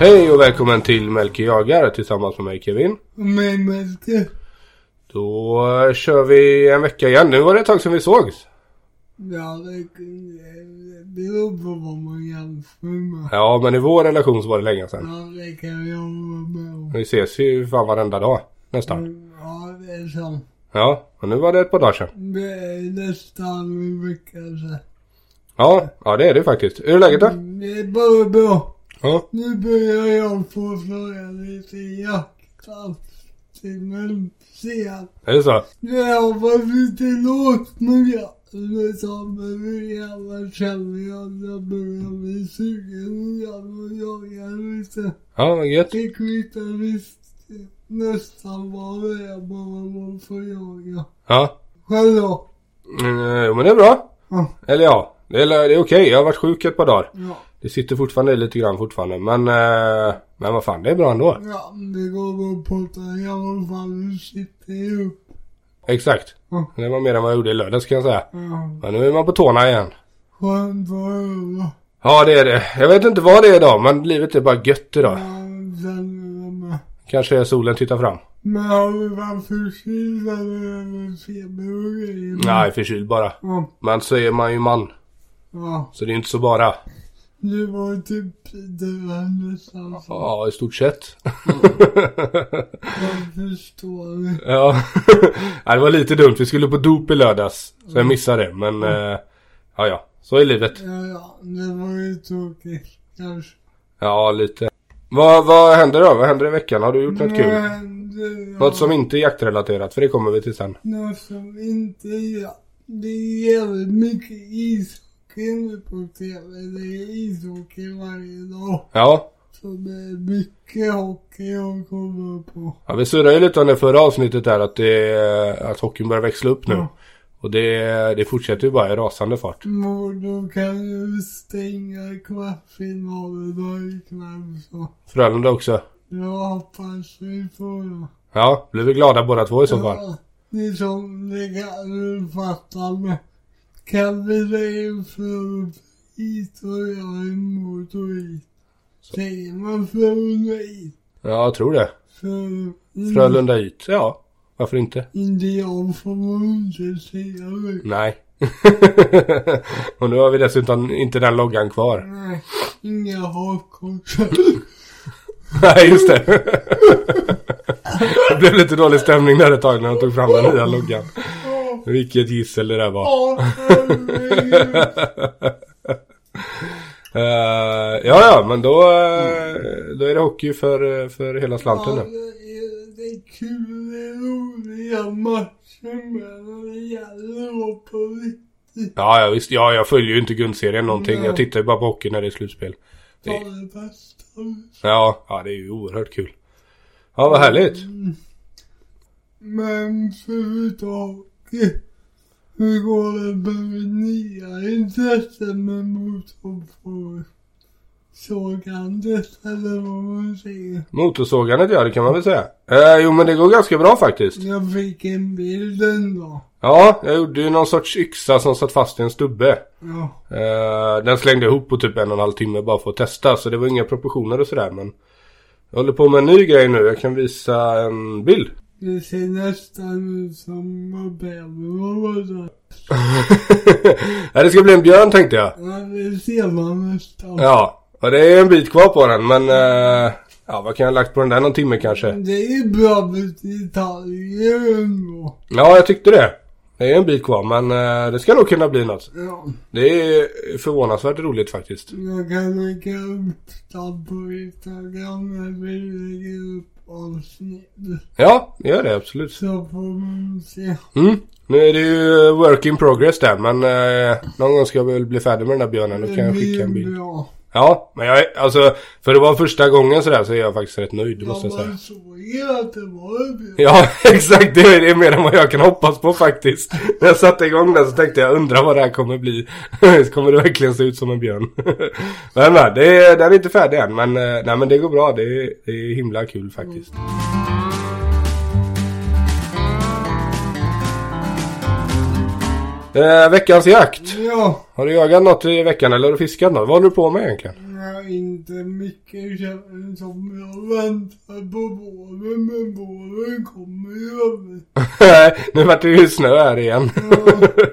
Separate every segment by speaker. Speaker 1: Hej och välkommen till Melker Jagare tillsammans med mig Kevin.
Speaker 2: Med Melke.
Speaker 1: Då eh, kör vi en vecka igen. Nu var det ett tag sedan vi sågs.
Speaker 2: Ja, det det beror på vad man jämför med.
Speaker 1: Ja, men i vår relation så var det länge sedan.
Speaker 2: Ja, det kan jag vara med om.
Speaker 1: Vi ses ju fan varenda dag. Nästan.
Speaker 2: Ja, det är sant.
Speaker 1: Ja, och nu var det ett par dagar sedan.
Speaker 2: Det är nästan en vecka sedan.
Speaker 1: Ja, ja det är det faktiskt. Hur är läget då?
Speaker 2: Det är bara bra.
Speaker 1: Ja.
Speaker 2: Nu börjar jag få fråga lite jaktsats till mig sen.
Speaker 1: Är det så?
Speaker 2: Nu har jag varit lite lågt med jakten ett tag, men nu jävlar känner jag att jag börjar bli sugen igen och jaga lite.
Speaker 1: Ja, vad gött.
Speaker 2: Det kvittar visst nästan vad det är bara man får jaga.
Speaker 1: Ja.
Speaker 2: Själv då?
Speaker 1: Mm, jo, men det är bra.
Speaker 2: Ja.
Speaker 1: Eller ja, det är, det är okej. Jag har varit sjuk ett par dagar.
Speaker 2: Ja,
Speaker 1: Det sitter fortfarande lite grann fortfarande. Men, eh, men vad fan, det är bra ändå.
Speaker 2: ja det går väl på att jag i alla fall sitter ju upp.
Speaker 1: Exakt.
Speaker 2: Ja.
Speaker 1: Det var mer än vad jag gjorde i lördags kan jag säga.
Speaker 2: Ja,
Speaker 1: Men nu är man på tårna igen.
Speaker 2: skönt att höra.
Speaker 1: Ja det är det. Jag vet inte vad det är idag men livet är bara gött idag.
Speaker 2: Ja, känner jag med.
Speaker 1: Kanske är solen tittar fram.
Speaker 2: Men har du varit förkyld eller är det feber och grejer?
Speaker 1: Nej förkyld bara.
Speaker 2: Ja,
Speaker 1: Men så är man ju man.
Speaker 2: ja.
Speaker 1: Så det är inte så bara.
Speaker 2: Det var typ det var nästan så.
Speaker 1: Ja i stort sett.
Speaker 2: Jag förstår det.
Speaker 1: ja. Nej, det var lite dumt. Vi skulle på dop i lördags. Så jag missade det. Men eh, ja ja. Så är livet.
Speaker 2: Ja, ja, det var ju tråkigt kanske.
Speaker 1: Ja lite. Vad, vad händer då? Vad händer i veckan? Har du gjort något
Speaker 2: Nu
Speaker 1: kul?
Speaker 2: händer jag
Speaker 1: Något som inte är jaktrelaterat för det kommer vi till sen.
Speaker 2: Något som inte jag. Det är jävligt mycket ishockey nu på tv. Det är ishockey varje dag.
Speaker 1: Ja.
Speaker 2: Så det är mycket hockey jag kommer på.
Speaker 1: ja vi surrade ju lite om det förra avsnittet där att, det, att hockeyn börjar växla upp nu.
Speaker 2: Ja.
Speaker 1: Och det, det fortsätter ju bara i rasande fart.
Speaker 2: Modo kan ju stänga kvartsfinalen ikväll så.
Speaker 1: Frölunda också.
Speaker 2: Jag hoppas vi får det.
Speaker 1: Ja, blir vi glada båda två i så fall.
Speaker 2: Ja, det är som det kan du fatta med. Kan vi lägga för hit och jag emot och hit. Säger man Frölunda hit?
Speaker 1: Ja, jag tror det.
Speaker 2: För Mm.
Speaker 1: Frölunda ut. Ja, varför inte?
Speaker 2: inte jag får man inte säga det.
Speaker 1: Nej. och nu har vi dessutom inte den loggan kvar.
Speaker 2: Nej, inga hakkors.
Speaker 1: Nej, just det. det blev lite dålig stämning där ett tag när de tog fram den nya loggan.
Speaker 2: Åh,
Speaker 1: Vilket gissel det där var.
Speaker 2: åh, herregud.
Speaker 1: Eh, ja, ja, men då, eh, då är det hockey för, eh, för hela slanten
Speaker 2: Mm. Ja,
Speaker 1: nu.
Speaker 2: det är- det är kul, det är roliga matcher men det gäller att vara på riktigt.
Speaker 1: Ja, ja, visst. Ja, jag följer ju inte grundserien någonting.
Speaker 2: Nej.
Speaker 1: Jag tittar ju bara på hockey när det är slutspel.
Speaker 2: Ta det bästa.
Speaker 1: Ja, ja det är ju oerhört kul. Ja, vad härligt.
Speaker 2: Mm. Men förutom hockey, hur går det med mitt nya intresse med motorsport? Sågandet eller vad man säger.
Speaker 1: Motorsågandet, ja det kan man väl säga. Eh, jo men det går ganska bra faktiskt.
Speaker 2: Jag fick en bild en dag.
Speaker 1: Ja, jag gjorde ju någon sorts yxa som satt fast i en stubbe.
Speaker 2: Ja,
Speaker 1: Eh, den slängde jag ihop på typ en och en halv timme bara för att testa. Så det var inga proportioner och sådär men. Jag håller på med en ny grej nu. Jag kan visa en bild.
Speaker 2: det ser nästan ut som mobilvårdare.
Speaker 1: Nej, det ska bli en björn tänkte jag.
Speaker 2: Ja, det ser man nästan.
Speaker 1: Ja, och det är en bit kvar på den men. Eh, ja, vad kan jag ha lagt på den där? Någon timme kanske?
Speaker 2: Det är ju bra med detaljer ändå.
Speaker 1: Ja, jag tyckte det. Det är en bit kvar men eh, det ska nog kunna bli något.
Speaker 2: Ja,
Speaker 1: Det är förvånansvärt roligt faktiskt.
Speaker 2: jag kan lägga upp dem på Instagram när vi lägger upp avsnitt.
Speaker 1: Ja, gör det absolut.
Speaker 2: Så får man se.
Speaker 1: Mm. Nu är det ju work in progress där men eh, någon gång ska jag väl bli färdig med den där björnen. Då kan jag skicka en bild.
Speaker 2: bra.
Speaker 1: Ja, men jag är, alltså för det var första gången sådär så är jag faktiskt rätt nöjd det
Speaker 2: Ja,
Speaker 1: måste jag säga.
Speaker 2: man såg ju att det var en bra.
Speaker 1: Ja, exakt. Det är det är mer än vad jag kan hoppas på faktiskt. När jag satte igång den så tänkte jag undrar vad det här kommer bli. kommer det verkligen se ut som en björn? men nej, det är, den är inte färdig än. Men, eh, nej, men det går bra. Det är, det är himla kul faktiskt. Eh, veckans jakt.
Speaker 2: Ja,
Speaker 1: Eh, Har du jagat något i veckan eller har du fiskat något? Vad håller du på med egentligen?
Speaker 2: ja, kanske inte mycket känns som jag väntar på våren, men våren kommer ju aldrig.
Speaker 1: nu vart det ju snö här igen.
Speaker 2: Ja.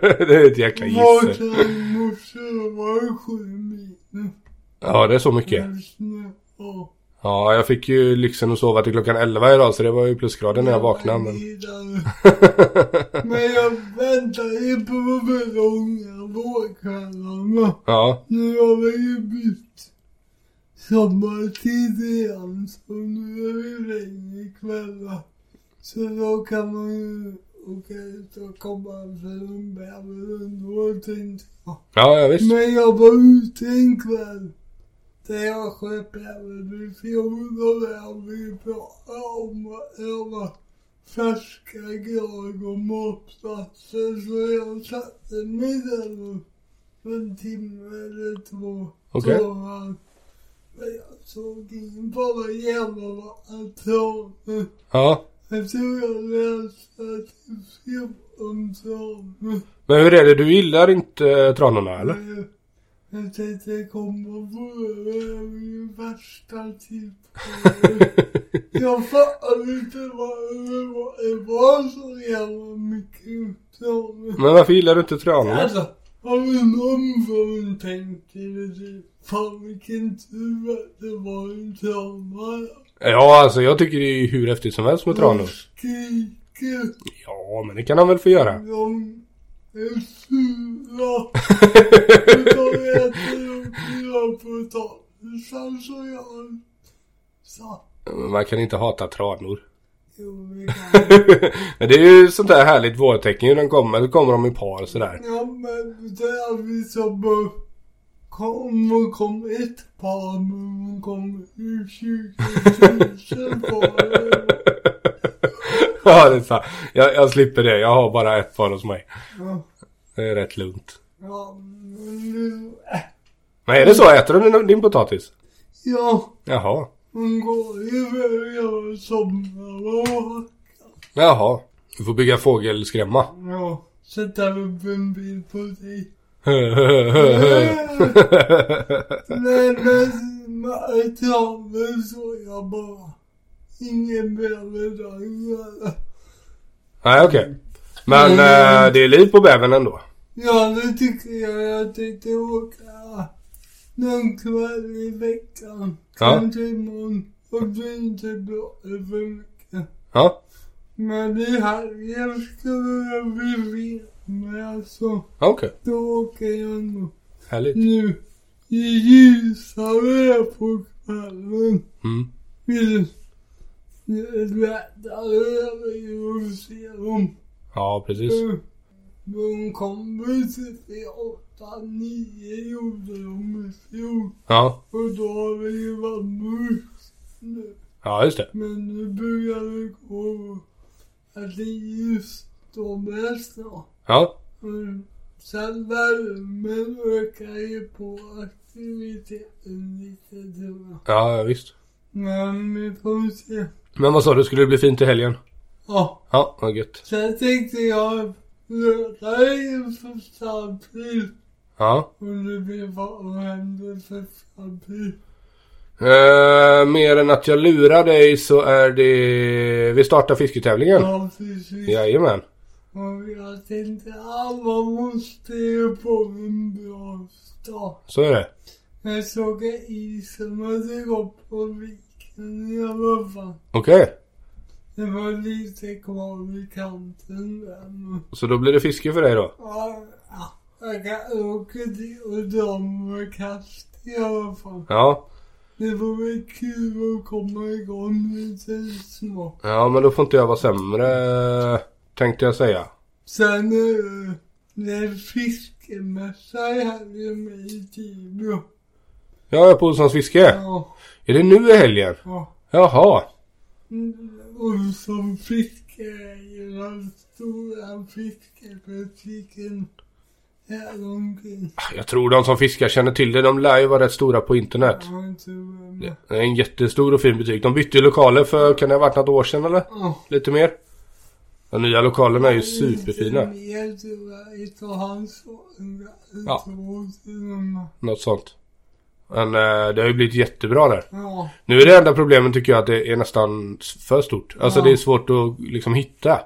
Speaker 1: det är ett jäkla gissel.
Speaker 2: Vaknade i morse, det var sju minus.
Speaker 1: Ja, det är så mycket.
Speaker 2: Snö. Ja.
Speaker 1: Ja, jag fick ju lyxen att sova till klockan 11 idag så det var ju plusgrader när jag vaknade. Men...
Speaker 2: Men jag väntar ju på ballongen vårkvällarna.
Speaker 1: ja,
Speaker 2: Nu har vi ju bytt sommartid igen så nu är det längre kvällar. Så då kan man ju åka ut och komma för en bäver ändå tänkte jag.
Speaker 1: ja, ja visst.
Speaker 2: Men jag var ute en kväll. Där jag sköt bäver i fjol och där vi pratade om era färska grag och matplatser. Så jag satte mig där och för en timme eller två.
Speaker 1: Okej.
Speaker 2: sova. Men jag såg ingen bara jävla massa tranor.
Speaker 1: Ja.
Speaker 2: Jag tror jag läste att det är 14 tranor.
Speaker 1: Men hur är det, du gillar inte eh, tranorna eller?
Speaker 2: Jag- Jag tänkte jag kommer på er det min värsta typ. jag fattar inte varför det var så jävla mycket utdrag.
Speaker 1: Men varför gillar du inte tranorna?
Speaker 2: Alltså, har vi någon gång tänkt till det typ? Fan vilken tur att det var en trama.
Speaker 1: Ja, alltså jag tycker det är ju hur häftigt som helst med
Speaker 2: De
Speaker 1: tranor.
Speaker 2: skriker.
Speaker 1: Ja, men det kan han väl få göra.
Speaker 2: De är sura. De äter och pillar potatisen så jag sa.
Speaker 1: Men Man kan inte hata tranor.
Speaker 2: Jo, vi kan.
Speaker 1: Men det är ju sånt där härligt vårtecken hur de kommer. Så kommer de i par sådär.
Speaker 2: Ja, men det är vi som eh, kom och kom ett par, men hon kom ju 20 000 par.
Speaker 1: ja, det är sant. Jag, jag slipper det. Jag har bara ett par hos mig.
Speaker 2: Ja,
Speaker 1: Det är rätt lugnt.
Speaker 2: ja, men nu, äh,
Speaker 1: Men är det så? Äter de din, din potatis?
Speaker 2: ja,
Speaker 1: Jaha.
Speaker 2: hon går iväg och somnar och har
Speaker 1: Jaha. Du får bygga fågelskrämma.
Speaker 2: Ja, sätta upp en bild på dig. Nej men med traven så jag bara. Ingen bäverdang.
Speaker 1: Nej, okej. Men eh, det är liv på bävern ändå.
Speaker 2: Ja, nu tycker jag jag tänkte åka någon kväll i veckan.
Speaker 1: Ja.
Speaker 2: Kanske imorgon. Och det är inte bra för mycket.
Speaker 1: Ja.
Speaker 2: Men i helgen skulle jag vilja med alltså.
Speaker 1: Ja, Okej.
Speaker 2: Då åker jag nog.
Speaker 1: Härligt.
Speaker 2: Nu ju ljusare på kvällen
Speaker 1: Mm.
Speaker 2: vill lättare över ju att se dem.
Speaker 1: Ja, precis.
Speaker 2: Eh, De kommer typ i åtta, nio gjorde de i fjol.
Speaker 1: Ja.
Speaker 2: Och då har det ju varit mörkt nu.
Speaker 1: Ja, just det.
Speaker 2: Men nu börjar det gå att det är ljust och mest då.
Speaker 1: Ja.
Speaker 2: Mm. Sen värmen ökar ju på aktiviteten lite tror jag.
Speaker 1: Ja, ja, visst.
Speaker 2: Men vi får se.
Speaker 1: Men vad sa du? Skulle det bli fint i helgen?
Speaker 2: Ja,
Speaker 1: Ja, vad gött.
Speaker 2: sen tänkte jag lördag är ju första april.
Speaker 1: Ja.
Speaker 2: Och nu blir vad som händer första april.
Speaker 1: Eh, mer än att jag lurar dig så är det... Vi startar fisketävlingen.
Speaker 2: Ja, precis.
Speaker 1: Jajamän.
Speaker 2: Och jag tänkte alla måste ju få en bra start.
Speaker 1: Så är det.
Speaker 2: Jag såg att isen hade gått på viken i alla fall.
Speaker 1: Okej.
Speaker 2: Det var lite kvar vid kanten där. men-
Speaker 1: Så då blir det fiske för dig då?
Speaker 2: Ja, ja, jag kan åka dit och dra med kast i alla fall.
Speaker 1: Ja.
Speaker 2: Det var väl kul att komma igång lite smått.
Speaker 1: Ja, men då får inte jag vara sämre. Tänkte jag säga.
Speaker 2: Sen eh, det är fiskemässa här i mig i Tibro.
Speaker 1: Jag är på Olssons fiske.
Speaker 2: Ja,
Speaker 1: Är det nu i helgen?
Speaker 2: ja.
Speaker 1: Jaha.
Speaker 2: Mm, Och som fiskeägare, den stora fiskebutiken här omkring.
Speaker 1: Ah, Jag tror de som fiskar känner till det. De lär ju vara rätt stora på internet.
Speaker 2: Jag har inte varit med.
Speaker 1: Det är en jättestor och fin butik. De bytte ju lokaler för, kan det ha varit något år sedan eller?
Speaker 2: Ja.
Speaker 1: Lite mer? De nya lokalerna är ju superfina.
Speaker 2: Mer tror jag, ett och hans
Speaker 1: Ja.
Speaker 2: två till och med.
Speaker 1: Något sånt. Men eh, det har ju blivit jättebra där.
Speaker 2: Ja.
Speaker 1: Nu är det enda problemet tycker jag att det är nästan för stort. Alltså
Speaker 2: Ja.
Speaker 1: det är svårt att liksom hitta.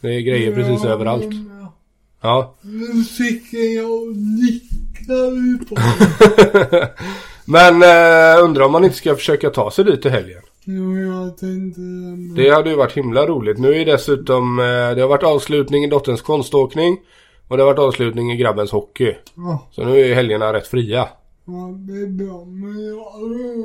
Speaker 1: Det är grejer precis
Speaker 2: Ja,
Speaker 1: överallt.
Speaker 2: men, ja.
Speaker 1: Ja.
Speaker 2: Musiken jag nickar ju på.
Speaker 1: Men eh, undrar om man inte ska försöka ta sig dit i helgen.
Speaker 2: Jo, jag tänkte det. men-
Speaker 1: Det hade ju varit himla roligt. Nu är dessutom, eh, det har varit avslutning i dotterns konståkning. Och det har varit avslutning i grabbens hockey.
Speaker 2: Ja,
Speaker 1: Så nu är helgerna rätt fria.
Speaker 2: Ah, ja, det är bra. Men jag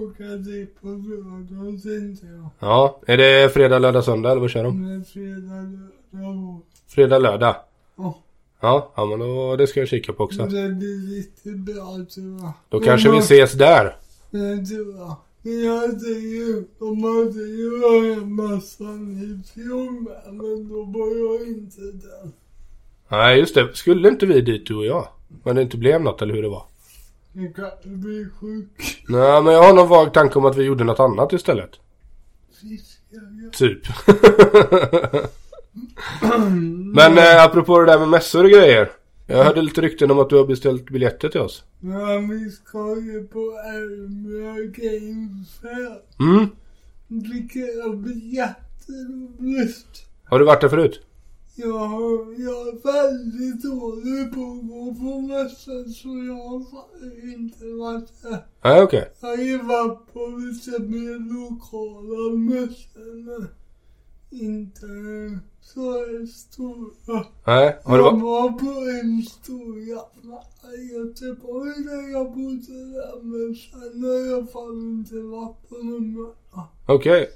Speaker 2: råkar dit på lördag tänkte jag.
Speaker 1: Ja, är det fredag, lördag, söndag eller vad kör de?
Speaker 2: Men fredag, lördag, och-
Speaker 1: Fredag, lördag.
Speaker 2: ja.
Speaker 1: Ja, ja men då, det ska jag kika på också.
Speaker 2: Det blir lite bra tror jag.
Speaker 1: Då kanske vi
Speaker 2: Men-
Speaker 1: ses där.
Speaker 2: Nej, tror jag. Men jag tänker, de hade ju Örjanmassan i fjol med, men då var jag inte där.
Speaker 1: Nej, just det. Skulle inte vi dit du och jag? Men det inte blev något eller hur det var?
Speaker 2: Jag kanske blir sjuk.
Speaker 1: Nej, men jag har någon vag tanke om att vi gjorde något annat istället.
Speaker 2: Fiskar
Speaker 1: Typ.
Speaker 2: jag.
Speaker 1: men eh, apropå det där med mässor och grejer. Jag hörde lite rykten om att du har beställt biljetter till oss.
Speaker 2: Ja, vi ska ju på Elmia Game Fair.
Speaker 1: Mm.
Speaker 2: Vilket är jätteroligt.
Speaker 1: Har du varit där förut?
Speaker 2: Jag, har- jag är väldigt dålig på att gå på mässan så jag har inte varit där.
Speaker 1: Nej, okej.
Speaker 2: Jag har ju varit på vissa mer lokala mässorna. Inte så stora.
Speaker 1: Nej. Har du
Speaker 2: Jag
Speaker 1: varit?
Speaker 2: var på en stor jävla i Göteborg där jag bodde där men sen har jag fan inte varit på någon möte.
Speaker 1: Okej.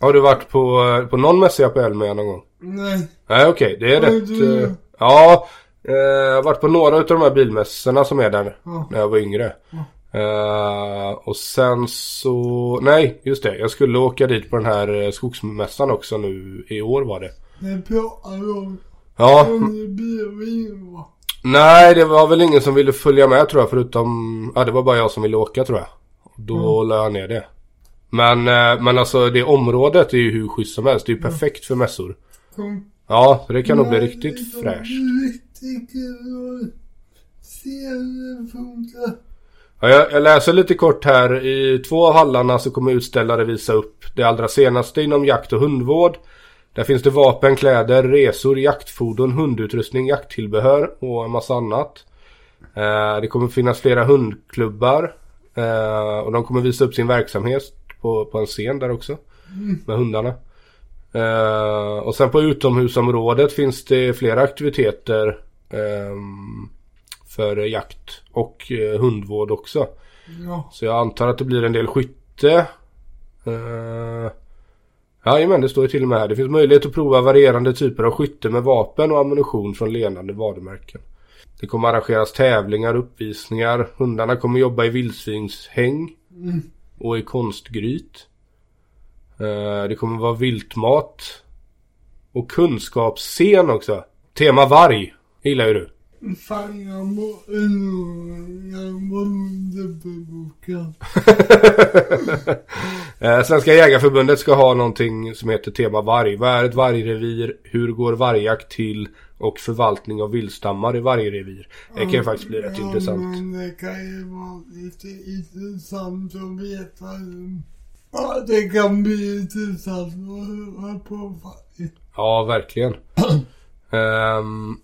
Speaker 1: Har du varit på, eh, på någon mässa på Elmia någon gång?
Speaker 2: Nej.
Speaker 1: Nej, okej. Det är
Speaker 2: Har
Speaker 1: rätt...
Speaker 2: du-
Speaker 1: eh, Ja. eh, Jag har varit på några utav de här bilmässorna som är där.
Speaker 2: Ja.
Speaker 1: när jag var yngre. Eh, och sen så... Nej, just det. Jag skulle åka dit på den här eh, skogsmässan också nu i år var det.
Speaker 2: Det pratar jag om.
Speaker 1: Ja,
Speaker 2: Men det blev ingen va?
Speaker 1: nej det var väl ingen som ville följa med tror jag förutom... Ja, det var bara jag som ville åka tror jag. Då la jag ner det. Men, eh, men alltså det området är ju hur schysst som helst. Det är ju perfekt för mässor.
Speaker 2: Kom.
Speaker 1: Ja, så det kan nog bli
Speaker 2: Men
Speaker 1: riktigt
Speaker 2: Det
Speaker 1: fräscht.
Speaker 2: var riktigt kul att se hur det funkar.
Speaker 1: Ja, jag, jag läser lite kort här. I två av hallarna så kommer utställare visa upp det allra senaste inom jakt och hundvård. Där finns det vapen, kläder, resor, jaktfordon, hundutrustning, jakttillbehör och en massa annat. Eh, det kommer finnas flera hundklubbar. Eh, och de kommer visa upp sin verksamhet på, på en scen där också. Med hundarna. Eh, och sen på utomhusområdet finns det flera aktiviteter. ehm, för eh, jakt och eh, hundvård också.
Speaker 2: Ja.
Speaker 1: Så jag antar att det blir en del skytte. Uh, Jajamän, det står ju till och med här. Det finns möjlighet att prova varierande typer av skytte med vapen och ammunition från lenande varumärken. Det kommer arrangeras tävlingar, uppvisningar. Hundarna kommer jobba i vildsvinshäng
Speaker 2: Mm.
Speaker 1: och i konstgryt. Eh, det kommer vara viltmat. Och kunskapsscen också. Tema varg gillar ju du.
Speaker 2: Fan, jag mår enormt. Jag mår underbevakad.
Speaker 1: Eh, Svenska Jägarförbundet ska ha någonting som heter tema varg. Vad är ett vargrevir? Hur går vargjakt till? Och förvaltning av vildstammar i vargrevir. Det kan ju faktiskt bli rätt
Speaker 2: ja,
Speaker 1: intressant.
Speaker 2: Men det kan ju vara lite intressant att veta. hur- Ja, det kan bli intressant att höra på faktiskt.
Speaker 1: Ja, verkligen. Ehm,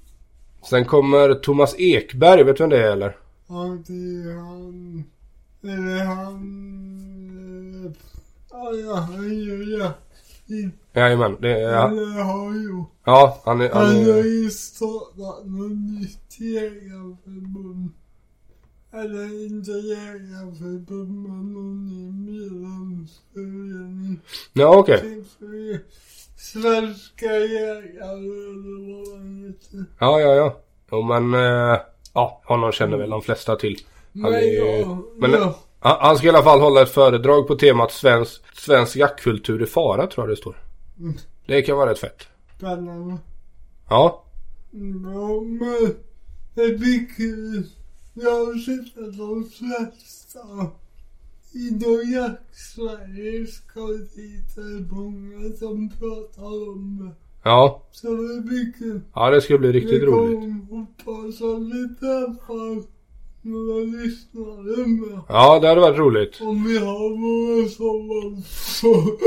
Speaker 1: sen kommer Thomas Ekberg. Vet du vem det är eller?
Speaker 2: Ja, det är han... Eller han... eh, Ja, jag har ju jakttips.
Speaker 1: Jajamän. Det är, ja.
Speaker 2: Eller har ju.
Speaker 1: ja, han är... Han
Speaker 2: Han har
Speaker 1: är
Speaker 2: ju startat något nytt jägarförbund. Eller inte jägarförbund, men någon ny medlemsförening.
Speaker 1: ja, okej.
Speaker 2: Svenska jägare eller vad han heter.
Speaker 1: Ja, ja, ja. Jo, men... eh, ja, honom känner väl de flesta till. Han är ju- men-
Speaker 2: ja,
Speaker 1: Han, han ska i alla fall hålla ett föredrag på temat svensk, svensk jaktkultur i fara, tror jag det står.
Speaker 2: Mm.
Speaker 1: Det kan vara rätt fett.
Speaker 2: spännande.
Speaker 1: Ja,
Speaker 2: Ja, men det blir kul. Jag har sett att de flesta i Nordjakt-Sverige ska dit. Det är många som pratar om det.
Speaker 1: ja.
Speaker 2: Så det blir kul.
Speaker 1: Ja, det ska bli riktigt
Speaker 2: vi
Speaker 1: roligt.
Speaker 2: kommer hoppas att vi träffar några lyssnare med.
Speaker 1: Ja, det hade varit roligt.
Speaker 2: Om vi har några som har fått...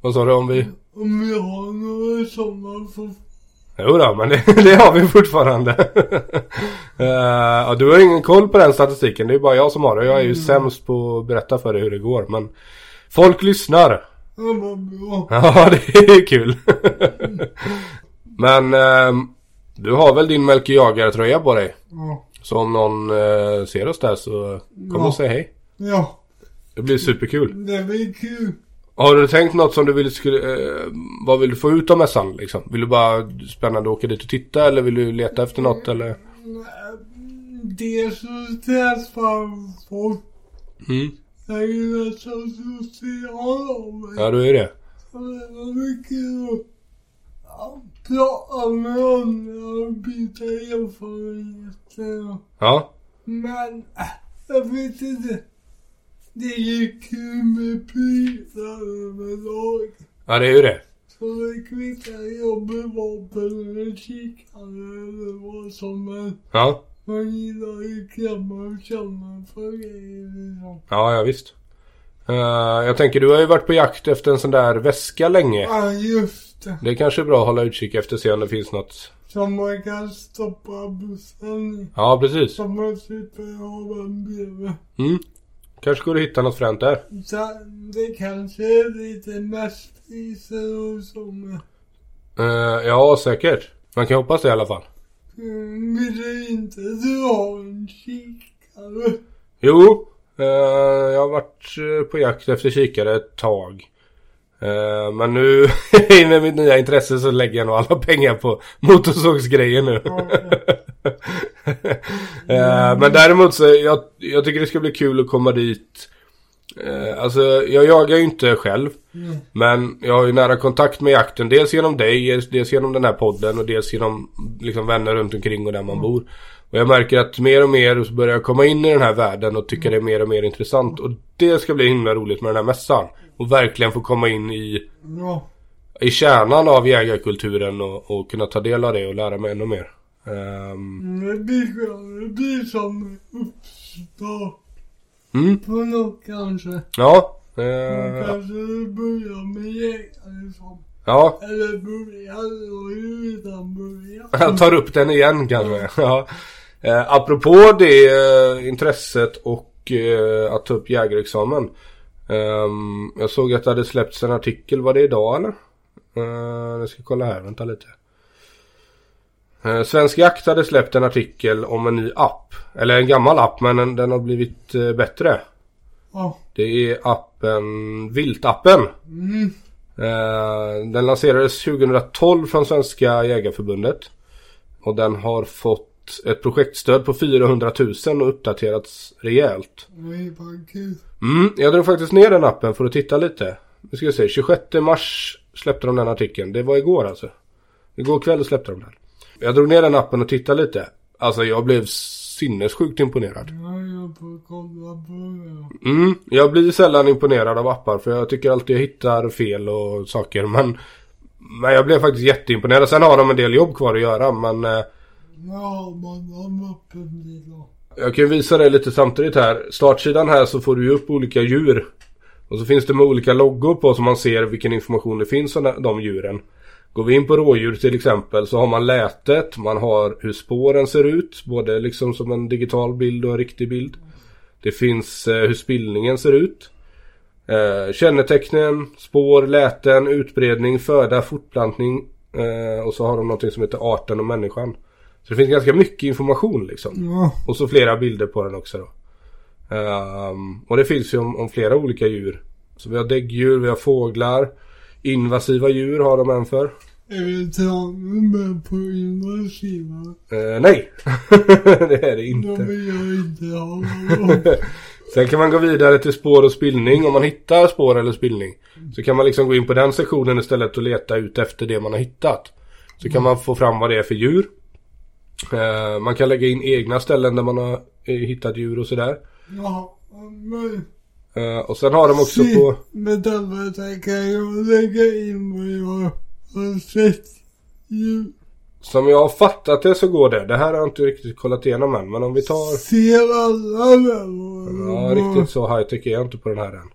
Speaker 1: Vad sa du om vi...
Speaker 2: Om vi har några som har fått...
Speaker 1: Jo då, men det, det har vi fortfarande. Eh, ja, du har ingen koll på den statistiken. Det är bara jag som har det. Jag är ju sämst på att berätta för dig hur det går. Men folk lyssnar.
Speaker 2: Ja, vad bra.
Speaker 1: Ja, det är kul. men ehm, du har väl din Melker Jagar-tröja på dig?
Speaker 2: Ja.
Speaker 1: Så om någon eh, ser oss där så kom
Speaker 2: Ja.
Speaker 1: och säg hej.
Speaker 2: ja,
Speaker 1: Det blir superkul.
Speaker 2: det blir kul.
Speaker 1: Har du tänkt något som du vill skulle, eh, vad vill du få ut av mässan liksom? Vill du bara spännande åka dit och titta eller vill du leta efter något eller?
Speaker 2: Det som träffar folk
Speaker 1: Mm.
Speaker 2: är ju rätt så sociala.
Speaker 1: Ja du är det.
Speaker 2: Och det var mycket att prata med andra och byta erfarenheter.
Speaker 1: Ja.
Speaker 2: Men äh, jag vet inte. Det är ju kul med prylar överlag.
Speaker 1: Ja det är ju det.
Speaker 2: Så det kvittar jobbet vapen eller kikare eller vad er som helst.
Speaker 1: Ja.
Speaker 2: Man gillar ju klämma och känna för grejer liksom.
Speaker 1: Ja ja visst. Eh, jag tänker du har ju varit på jakt efter en sån där väska länge.
Speaker 2: Ja, just det.
Speaker 1: Det kanske är bra att hålla utkik efter och se om det finns något.
Speaker 2: Som man kan stoppa bussen i.
Speaker 1: Ja precis.
Speaker 2: Som man slipper ha en bredvid.
Speaker 1: Mm. Kanske går det att hitta något fränt där.
Speaker 2: Så det kanske är lite mässpriser och sånt.
Speaker 1: Eh, ja säkert. Man kan hoppas det i alla fall.
Speaker 2: Vill inte du ha en kikare?
Speaker 1: Jo, eh, jag har varit eh, på jakt efter kikare ett tag. Eh, men nu i med mitt nya intresse så lägger jag nog alla pengar på motorsågsgrejer nu. eh, men däremot så jag, jag tycker det ska bli kul att komma dit. Eh, alltså jag jagar ju inte själv.
Speaker 2: Mm.
Speaker 1: Men jag har ju nära kontakt med jakten. Dels genom dig, dels genom den här podden och dels genom liksom, vänner runt omkring och där man bor. Och jag märker att mer och mer så börjar jag komma in i den här världen och tycka det är mer och mer intressant. Och det ska bli himla roligt med den här mässan. Och verkligen få komma in i,
Speaker 2: Ja.
Speaker 1: i kärnan av jägarkulturen och, och kunna ta del av det och lära mig ännu mer. Ehm,
Speaker 2: Det blir skönt. Det blir som uppstart
Speaker 1: mm,
Speaker 2: på något kanske.
Speaker 1: ja.
Speaker 2: Men
Speaker 1: eh,
Speaker 2: Kanske du börjar med jägare som.
Speaker 1: ja,
Speaker 2: Eller börjar, det var ju redan börjat.
Speaker 1: Jag tar upp den igen kanske. Ja. Eh, apropå det eh, intresset och eh, att ta upp jägarexamen. Ehm, jag såg att det hade släppts en artikel, var det idag eller? Eh, jag ska kolla här, vänta lite. Eh, Svensk Jakt hade släppt en artikel om en ny app. Eller en gammal app men den, den har blivit eh, bättre.
Speaker 2: Ja.
Speaker 1: Det är appen Viltappen.
Speaker 2: Mm.
Speaker 1: Eh, Den lanserades 2012 från Svenska Jägarförbundet. Och den har fått ett projektstöd på 400 000 och uppdaterats rejält.
Speaker 2: Oj, vad kul.
Speaker 1: Mm, jag drog faktiskt ner den appen för att titta lite. Nu ska vi se, 26 mars släppte de den artikeln. Det var igår alltså. Igår kväll släppte de den. Jag drog ner den appen och tittade lite. Alltså jag blev sinnessjukt imponerad.
Speaker 2: Ja, jag får kolla på det.
Speaker 1: Mm, jag blir sällan imponerad av appar för jag tycker alltid jag hittar fel och saker men Men jag blev faktiskt jätteimponerad. Sen har de en del jobb kvar att göra men eh,
Speaker 2: Ja, man har öppen lilla.
Speaker 1: Jag kan ju visa dig lite samtidigt här. Startsidan här så får du ju upp olika djur. Och så finns det med olika loggor på så man ser vilken information det finns om de djuren. Går vi in på rådjur till exempel så har man lätet, man har hur spåren ser ut. Både liksom som en digital bild och en riktig bild. Det finns eh, hur spillningen ser ut. Eh, kännetecknen, spår, läten, utbredning, föda, fortplantning. Eh, och så har de någonting som heter arten och människan. Så det finns ganska mycket information liksom.
Speaker 2: Ja.
Speaker 1: Och så flera bilder på den också då. Ehm, och det finns ju om, om flera olika djur. Så vi har däggdjur, vi har fåglar. Invasiva djur har de en för.
Speaker 2: Är det tranen med på insidan?
Speaker 1: Eh, nej! det är det
Speaker 2: Då
Speaker 1: inte.
Speaker 2: vill jag inte ha någon.
Speaker 1: Sen kan man gå vidare till spår och spillning. Om man hittar spår eller spillning. Så kan man liksom gå in på den sektionen istället och leta ut efter det man har hittat. Så kan man få fram vad det är för djur. Eh, man kan lägga in egna ställen där man har eh, hittat djur och sådär.
Speaker 2: Ja, men...
Speaker 1: Eh, och sen har de också
Speaker 2: se,
Speaker 1: på...
Speaker 2: Med därför kan jag lägga in vad jag har sett. Ju.
Speaker 1: Som jag har fattat det så går det. Det här har jag inte riktigt kollat igenom än. Men om vi tar...
Speaker 2: Ser alla den?
Speaker 1: Ja, riktigt så high tech är jag inte på den här än.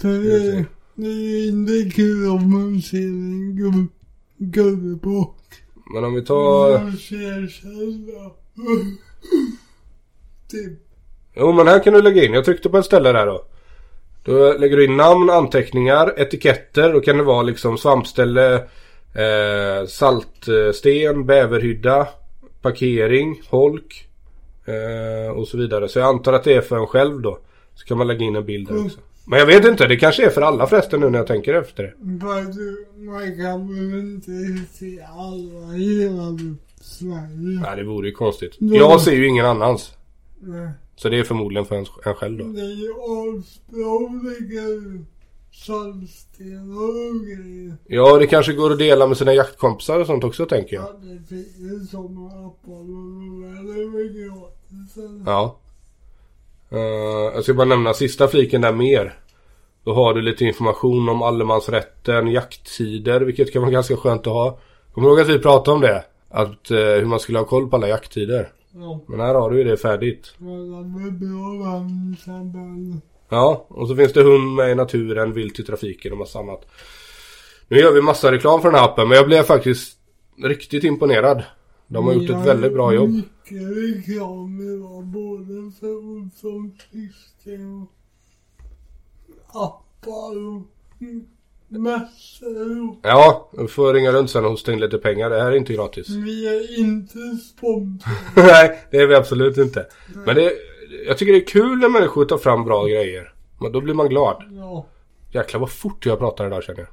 Speaker 2: Det, det är inte kul om man ser en gubb- gubbbock.
Speaker 1: Men om vi tar...
Speaker 2: Man ser själva. Typ.
Speaker 1: Jo, men här kan du lägga in. Jag tryckte på ett ställe där då. Då lägger du in namn, anteckningar, etiketter. Då kan det vara liksom svampställe, eh, saltsten, bäverhydda, parkering, holk eh, och så vidare. Så jag antar att det är för en själv då. Så kan man lägga in en bild där
Speaker 2: Mm.
Speaker 1: också. Men jag vet inte, det kanske är för alla förresten nu när jag tänker efter det.
Speaker 2: Fast man kan väl inte se alla i hela Sverige.
Speaker 1: Nej, det vore ju konstigt.
Speaker 2: Nej.
Speaker 1: Jag ser ju ingen annans.
Speaker 2: Nej.
Speaker 1: Så det är förmodligen för en, en själv då.
Speaker 2: Det är ju asbra ut. Saltstenar och grejer.
Speaker 1: Ja, det kanske går att dela med sina jaktkompisar och sånt också tänker jag.
Speaker 2: Ja, det finns ju sådana appar och det är väl gratis.
Speaker 1: Ja. Eh, jag ska bara nämna sista fliken där mer. Då har du lite information om allemansrätten, jakttider, vilket kan vara ganska skönt att ha. Kommer du ihåg att vi pratade om det? Att eh, hur man skulle ha koll på alla jakttider.
Speaker 2: Ja,
Speaker 1: Men här har du ju det färdigt.
Speaker 2: men de är bra vän sen den.
Speaker 1: Ja, och så finns det hund med i naturen, vilt i trafiken och massa annat. Nu gör vi massa reklam för den här appen, men jag blev faktiskt riktigt imponerad. De har gjort
Speaker 2: Vi
Speaker 1: ett väldigt bra
Speaker 2: Mm.
Speaker 1: jobb.
Speaker 2: Mycket reklam idag, både för Olssons fiske och appar och mässor. och-
Speaker 1: Ja, du får ringa runt sen och hosta in lite pengar. Det här är inte gratis.
Speaker 2: Vi är inte sponsrade.
Speaker 1: Nej, det är vi absolut inte. Men det, jag tycker det är kul när människor tar fram bra grejer. Men då blir man glad.
Speaker 2: Ja,
Speaker 1: Jäklar vad fort jag pratar idag känner jag.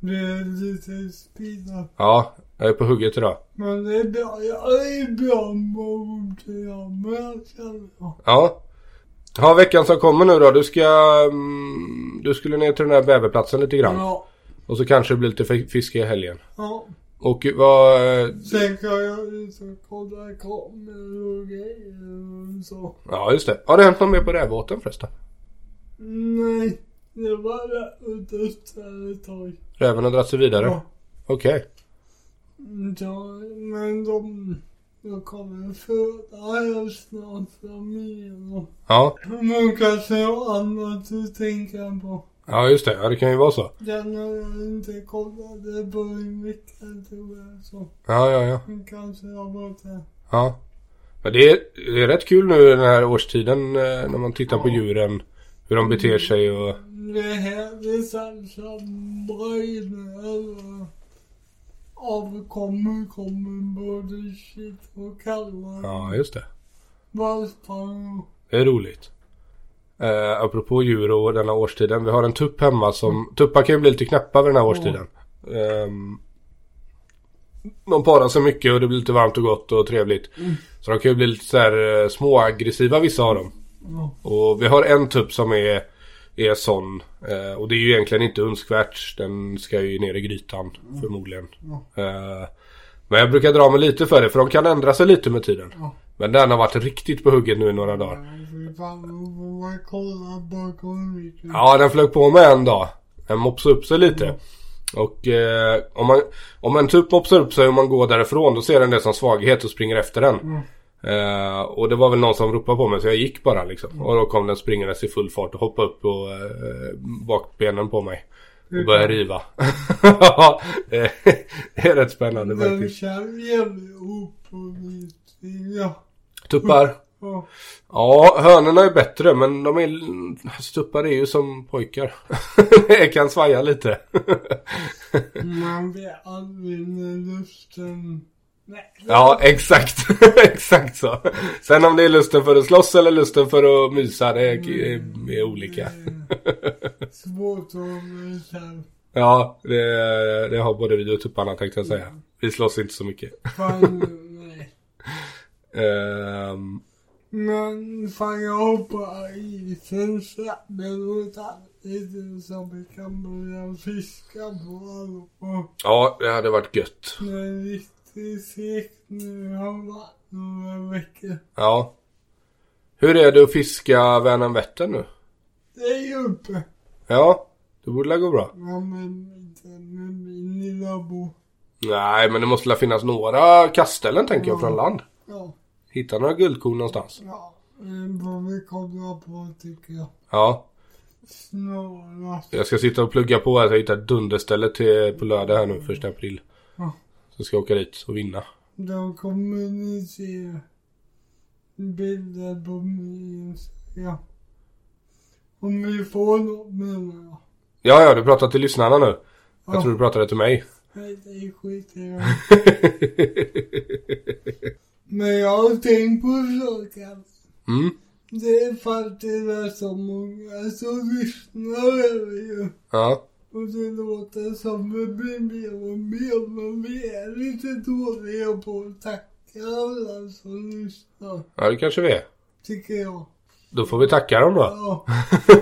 Speaker 2: det är lite spinat.
Speaker 1: Ja, jag är på hugget idag.
Speaker 2: Men det är bra. Jag är bra på programmet känner jag.
Speaker 1: Ja. Ja, veckan som kommer nu då. Du ska... mm, Du skulle ner till den här bäverplatsen lite grann.
Speaker 2: Ja.
Speaker 1: Och så kanske det blir lite fi- fiske i helgen.
Speaker 2: ja.
Speaker 1: Och vad... eh,
Speaker 2: Sen kan jag ut och kolla kameror och grejer och så.
Speaker 1: Ja, just det. Har det hänt något mer på rävbåten förresten?
Speaker 2: Nej, det var det ute efter ett tag.
Speaker 1: Räven har dragit sig vidare?
Speaker 2: Ja.
Speaker 1: Okej.
Speaker 2: Ja, men de... Jag kommer föda er snart framöver.
Speaker 1: Ja.
Speaker 2: Man kanske har annat att tänka på.
Speaker 1: Ja, just det. Ja, det kan ju vara så.
Speaker 2: Den har jag inte kollade på i veckan tror jag. Så
Speaker 1: Ja, ja, ja.
Speaker 2: den kanske har varit där.
Speaker 1: Ja. Men det är, det är rätt kul nu den här årstiden eh, när man tittar på djuren. Hur de beter sig och...
Speaker 2: Det här visar som bröder avkommor kommer både shit och kalvar.
Speaker 1: Ja, just det.
Speaker 2: Valpar och...
Speaker 1: Det är roligt. Eh, apropå djur och den här årstiden. Vi har en tupp hemma som... Tuppar kan ju bli lite knäppa vid den här årstiden. Ehm, de parar sig mycket och det blir lite varmt och gott och trevligt. Så de kan ju bli lite så här eh, småaggressiva vissa av dem.
Speaker 2: Ja.
Speaker 1: Och vi har en tupp som är, är sån. Eh, och det är ju egentligen inte önskvärt. Den ska ju ner i grytan förmodligen. Eh, men jag brukar dra mig lite för det för de kan ändra sig lite med tiden.
Speaker 2: Ja.
Speaker 1: Men den har varit riktigt på hugget nu i några dagar.
Speaker 2: Fy fan, jag vågar kolla bakom ryggen.
Speaker 1: Ja, den flög på mig en dag. Den mopsade upp sig lite. Och eh, om, man, om en tupp mopsar upp sig och man går därifrån då ser den det som svaghet och springer efter den. Eh, och det var väl någon som ropade på mig så jag gick bara liksom. Och då kom den springandes i full fart och hoppade upp på eh, bakbenen på mig. Och började riva. Ja, det är rätt spännande
Speaker 2: Den
Speaker 1: faktiskt.
Speaker 2: känner mig opålitlig. Ja.
Speaker 1: Tuppar.
Speaker 2: Ja.
Speaker 1: Ja, hönorna är bättre men de är... Alltså, tuppar är ju som pojkar. det kan svaja lite.
Speaker 2: Man vet aldrig när lusten... Nej.
Speaker 1: Ja, exakt. exakt så. Sen om det är lusten för att slåss eller lusten för att mysa, det är, är, är olika.
Speaker 2: Eh, Svårt att veta.
Speaker 1: Ja, det, det har både vi och tupparna tänkte jag säga. Vi slåss inte så mycket.
Speaker 2: Fan, nej.
Speaker 1: Ehm,
Speaker 2: Men fan jag hoppar i sen släpper åt alltid så vi kan börja fiska på allvar.
Speaker 1: ja, det hade varit gött.
Speaker 2: Det är riktigt segt nu, har varit några veckor.
Speaker 1: Ja. Hur är det att fiska Vänern Vättern nu?
Speaker 2: Det är ju uppe.
Speaker 1: Ja, det borde väl gå bra.
Speaker 2: Ja men inte med min lilla båt.
Speaker 1: Nej, men det måste väl finnas några kastställen tänker jag från land.
Speaker 2: Ja,
Speaker 1: Hitta några guldkorn någonstans.
Speaker 2: ja. Det får vi komma på tycker jag.
Speaker 1: Ja.
Speaker 2: Snarast.
Speaker 1: Jag ska sitta och plugga på här så jag hittar dunderställe till, på lördag här nu, första april.
Speaker 2: Ja.
Speaker 1: Så ska jag åka dit och vinna.
Speaker 2: De kommer ni se bilder på min Instagram. Om vi får något menar jag.
Speaker 1: Ja, ja, du pratar till lyssnarna nu. Jag
Speaker 2: Ja.
Speaker 1: tror du pratade till mig.
Speaker 2: Nej, det skiter jag i. Men jag har tänkt på saken.
Speaker 1: mm.
Speaker 2: Det är faktiskt rätt så många som lyssnar över ju.
Speaker 1: Ja.
Speaker 2: Och det låter som det blir mer och mer. Men vi är lite dåliga på att tacka alla som lyssnar.
Speaker 1: ja, det kanske vi är.
Speaker 2: Tycker jag.
Speaker 1: Då får vi tacka dem då.
Speaker 2: Ja.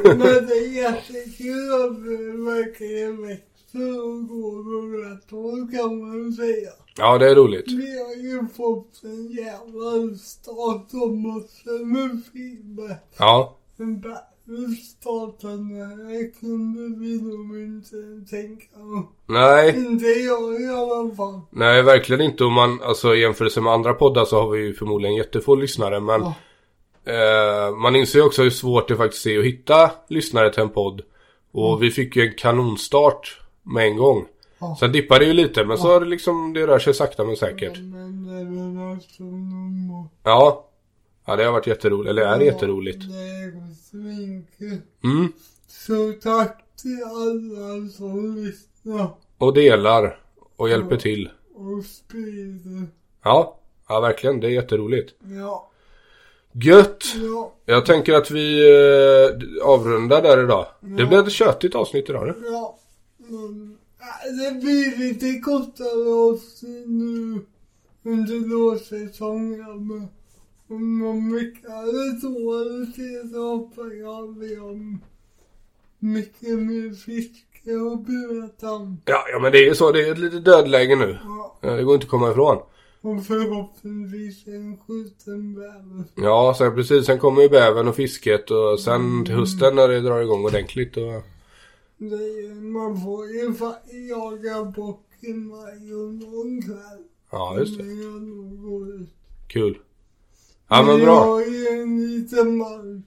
Speaker 2: Men det är jättekul att det verkligen växer och går åt rätt håll kan man säga.
Speaker 1: Ja, det är roligt.
Speaker 2: Vi har ju fått en jävla start som måste med filmer.
Speaker 1: Ja.
Speaker 2: Den där starten här kunde vi nog inte tänka oss.
Speaker 1: Nej,
Speaker 2: Inte jag i alla fall.
Speaker 1: nej verkligen inte. Om man, alltså i jämförelse med andra poddar så har vi ju förmodligen jättefå lyssnare. Men
Speaker 2: Ja.
Speaker 1: eh, man inser ju också hur svårt det faktiskt är att hitta lyssnare till en podd. Och vi fick ju en kanonstart med en gång.
Speaker 2: Ja.
Speaker 1: Sen dippade det ju lite, men så har det liksom, det rör sig sakta men säkert.
Speaker 2: Men det är väl astronomer.
Speaker 1: Ja. Ja, det har varit jätteroligt. Eller är jätteroligt.
Speaker 2: Det är svinkul.
Speaker 1: Mm.
Speaker 2: Så tack till alla som lyssnar
Speaker 1: Och delar. Och hjälper till.
Speaker 2: och sprider.
Speaker 1: Ja. Ja, verkligen. Det är jätteroligt.
Speaker 2: Ja,
Speaker 1: Gött!
Speaker 2: ja,
Speaker 1: Jag tänker att vi eh, avrundar där idag. Det blev ett tjötigt avsnitt idag. du.
Speaker 2: ja. Men, äh, det blir lite kortare avsnitt nu under låtsäsongen. Men om någon vecka eller två eller tre så hoppar jag vi om mycket mer fiske och berätta om.
Speaker 1: Ja, ja, men det är ju så. Det är ett litet dödläge nu.
Speaker 2: Ja,
Speaker 1: Eh, Det går inte att komma ifrån.
Speaker 2: och förhoppningsvis en skjuten bäver.
Speaker 1: Ja, sen precis. Sen kommer ju bävern och fisket och sen till hösten när det drar igång ordentligt. Och...
Speaker 2: Nej, man får ju fan jaga bock i maj och någon kväll.
Speaker 1: Ja, just det.
Speaker 2: Men jag nog går ut.
Speaker 1: Kul. Ja, men
Speaker 2: Jag
Speaker 1: bra.
Speaker 2: har ju en liten mark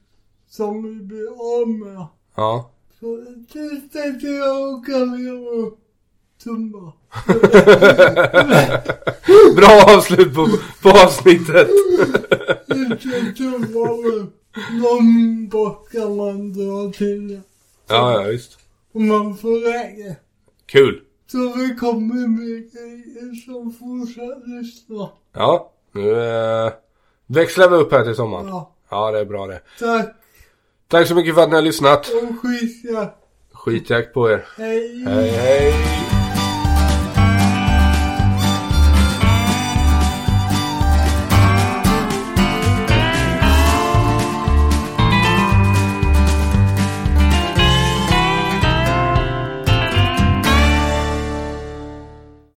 Speaker 2: som vi blir av med.
Speaker 1: Ja.
Speaker 2: Så tills dess jag åker ner och tumma.
Speaker 1: Bra avslut på, på avsnittet.
Speaker 2: Inte tumma men någon bock kan man dra till.
Speaker 1: Ja, ja, visst.
Speaker 2: Och man får läge.
Speaker 1: Kul.
Speaker 2: Så vi kommer med grejer som fortsatt lyssna.
Speaker 1: Ja, nu eh, växlar vi upp här till sommaren.
Speaker 2: Ja,
Speaker 1: Ja, det är bra det.
Speaker 2: tack
Speaker 1: Tack så mycket för att ni har lyssnat.
Speaker 2: och skitjakt.
Speaker 1: Skitjakt på er.
Speaker 2: Hej!
Speaker 1: Hej, hej.